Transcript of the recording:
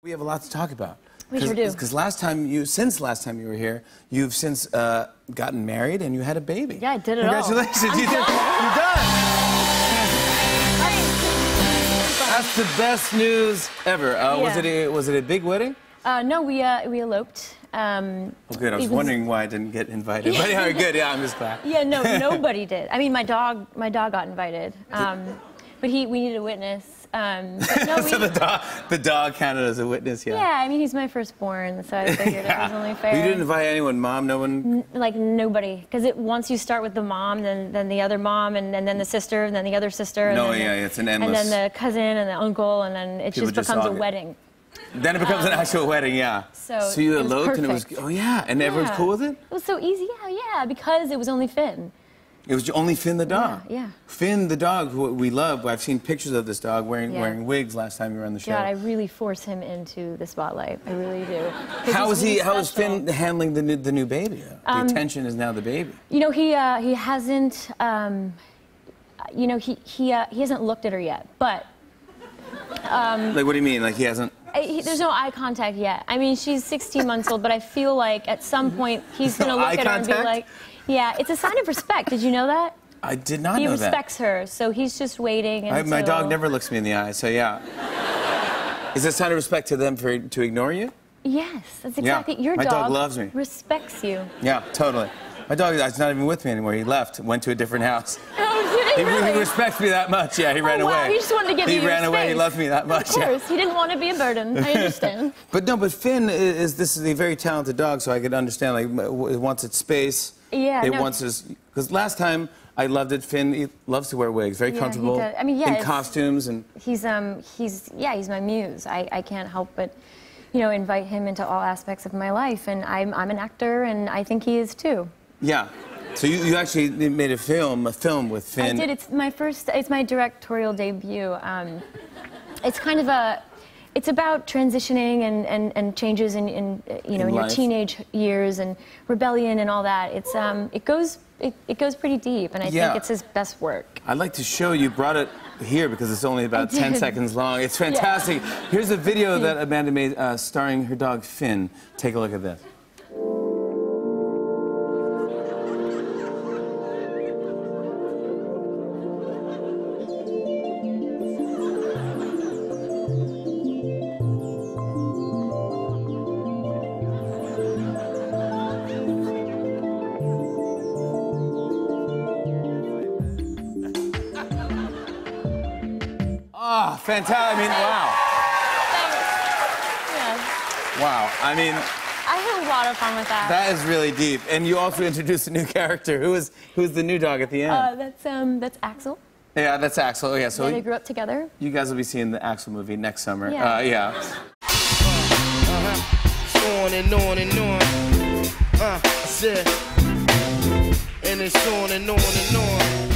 We have a lot to talk about. We sure do. Because last time you, since last time you were here, you've since uh, gotten married and you had a baby. Yeah, I did it all. Congratulations. You did, you're done. That's the best news ever. Uh, Was Yeah. it a, was it a big wedding? Uh, no, we uh, we eloped. Um, Oh, good. I was It was- wondering why I didn't get invited. But yeah, good. Yeah, I'm just glad. yeah, no, nobody did. I mean, my dog, my dog got invited, um, but he, we needed a witness. Um, but no, we, so the dog, the dog counted as a witness. Yeah. yeah, I mean, he's my firstborn, so I figured it was only fair. You didn't invite anyone, mom. No one. like nobody, because it once you start with the mom, then then the other mom, and, and then the sister, and then the other sister. And No, then the- yeah, it's an And then endless- the cousin and the uncle, and then it People just just becomes a hog it. wedding. Then it becomes an actual wedding. Yeah. um, so you it was eloped and it was. perfect. Oh yeah, and everyone's Yeah. cool with it. It was so easy, yeah, yeah, because it was only Finn. It was only Finn the dog. yeah. Finn the dog, who we love. I've seen pictures of this dog wearing Yeah. wearing wigs last time you were on the show. God, I really force him into the spotlight. I really do. 'Cause how he's is he? really How is special. Um, Finn handling the new, the new baby? Though? the attention is now the baby. You know, he uh, he hasn't. Um, you know, he he uh, he hasn't looked at her yet, but. Like, what do you mean? Like he hasn't? I, he, there's no eye contact yet. I mean, she's 16 months old, but I feel like at some point he's Mm-hmm. No going to look eye at her and be contact? like, "Yeah, it's a sign of respect." Did you know that? I did not He know respects her, so he's just waiting. that. I, my until- dog never looks me in the eye, so yeah. is it a sign of respect to them for to ignore you? Yes, that's exactly. Your my dog loves me. Respects you. Yeah, totally. My dog is not even with me anymore. He left, went to a different house. He really respects me that much. Yeah, he ran oh, away. wow. He just wanted to give He you your ran away. He space. loved me that much. Of yeah. course, he didn't want to be a burden. I understand. But no, but Finn is this is a very talented dog, so I could understand like w- it wants its space. Yeah, It no. wants its because last time I loved it. Finn he loves to wear wigs, very Yeah, he comfortable. does. I mean, yeah, in it's- costumes and he's um he's yeah he's my muse. I I can't help but. You know, invite him into all aspects of my life, and I'm, I'm an actor, and I think he is too. yeah. So you, you actually made a film, a film with Finn. I did. It's my first. It's my directorial debut. Um, it's kind of a. It's about transitioning and, and, and changes in, in uh, you know In in, your life. teenage years and rebellion and all that. It's um it goes it, it goes pretty deep and I Yeah. think it's his best work. I'd like to show you. Brought it here because it's only about I 10 did. seconds long. It's fantastic. Here's a video that Amanda made uh, starring her dog Finn. Take a look at this. Ah, fantastic. I mean, wow. Yeah. Wow. I mean, I had a lot of fun with that. That is really deep. And you also introduced a new character. Who is who's the new dog at the end? uh, that's um that's Axel. yeah, that's Axel. Oh, yeah. So Yeah, they grew up together. you guys will be seeing the Axel movie next summer. Yeah. Uh, yeah. Uh-huh. on and on and on. Uh, shit. And it's on and on and on.